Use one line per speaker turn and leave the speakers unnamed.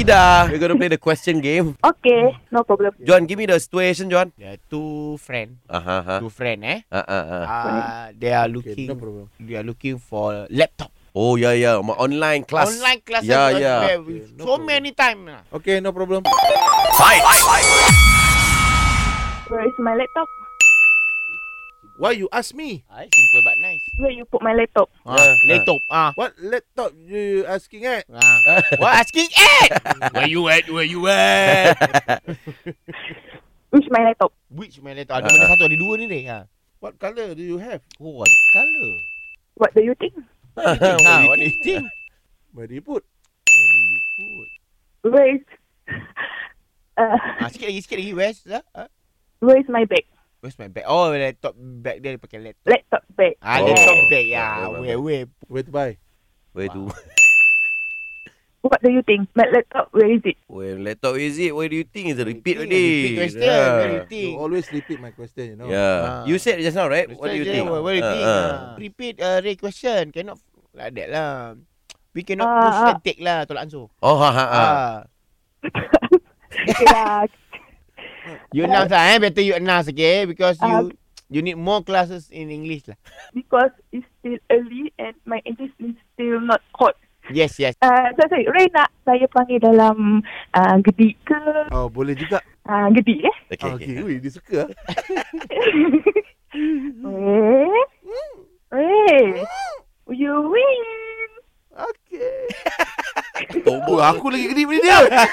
Ida, we're gonna play the question game.
Okay,
Hmm.
no problem.
John, give me the situation, John.
Yeah, two friend,
Uh huh. Uh
two friend eh.
huh. Uh-uh.
Uh, they are looking,
problem.
they are looking for laptop.
Oh yeah yeah, Ma- online class.
Online class.
Yeah,
uh,
yeah.
where we-
no
so
problem.
many time. lah.
Okay, no problem.
Where is my laptop?
Why you ask me?
Ah, simple but nice.
Where you put my laptop?
Ah,
Yeah.
laptop. Ah.
What laptop you asking eh? at?
Ah. What asking at? Where you at? Where you at?
Which my laptop?
Which my laptop?
Ah,
Ada mana
ah.
satu ada dua ni deh. Ha.
What color do you have?
Oh, ada color.
What do you think?
Ha, what do you think?
Where do you put?
Where do you put?
Where is uh,
Ah, sikit lagi, sikit lagi. Where's the? ah?
Where is my bag?
Where's my bag? Oh, laptop bag dia dia pakai laptop.
Laptop bag.
Ah,
Oh.
laptop bag. Ya,
Oh, oh,
where,
oh.
where?
Where to buy?
Where do
Oh. What do you think? My laptop, where is it?
where laptop is it? Where do you think is a repeat
Repeat,
already?
repeat question, Oh, where do you think?
You always repeat my question, you know.
Yeah.
Ah.
You said just now, right? What do you
Question,
think?
What, what do you
Ah,
think?
ah.
Ah. Repeat uh, re question. Cannot like that lah. We cannot
Ah,
push
ah.
and take lah tolak ansur.
Oh ha ha ha.
Ah.
Okay lah.
You announce lah eh. Better you announce okay because
Ah.
you you need more classes in English lah.
because it's still early and my English is still not hot.
Yes, yes.
Uh, so, sorry, Rena, saya panggil dalam uh, gedik ke?
Oh, boleh juga.
Uh, gedik eh?
Okay. okay.
okay. Ui, dia suka. ah.
Eh? Weh. Weh. Eh? You win.
Okay.
Tombol.
aku lagi kedip ni dia.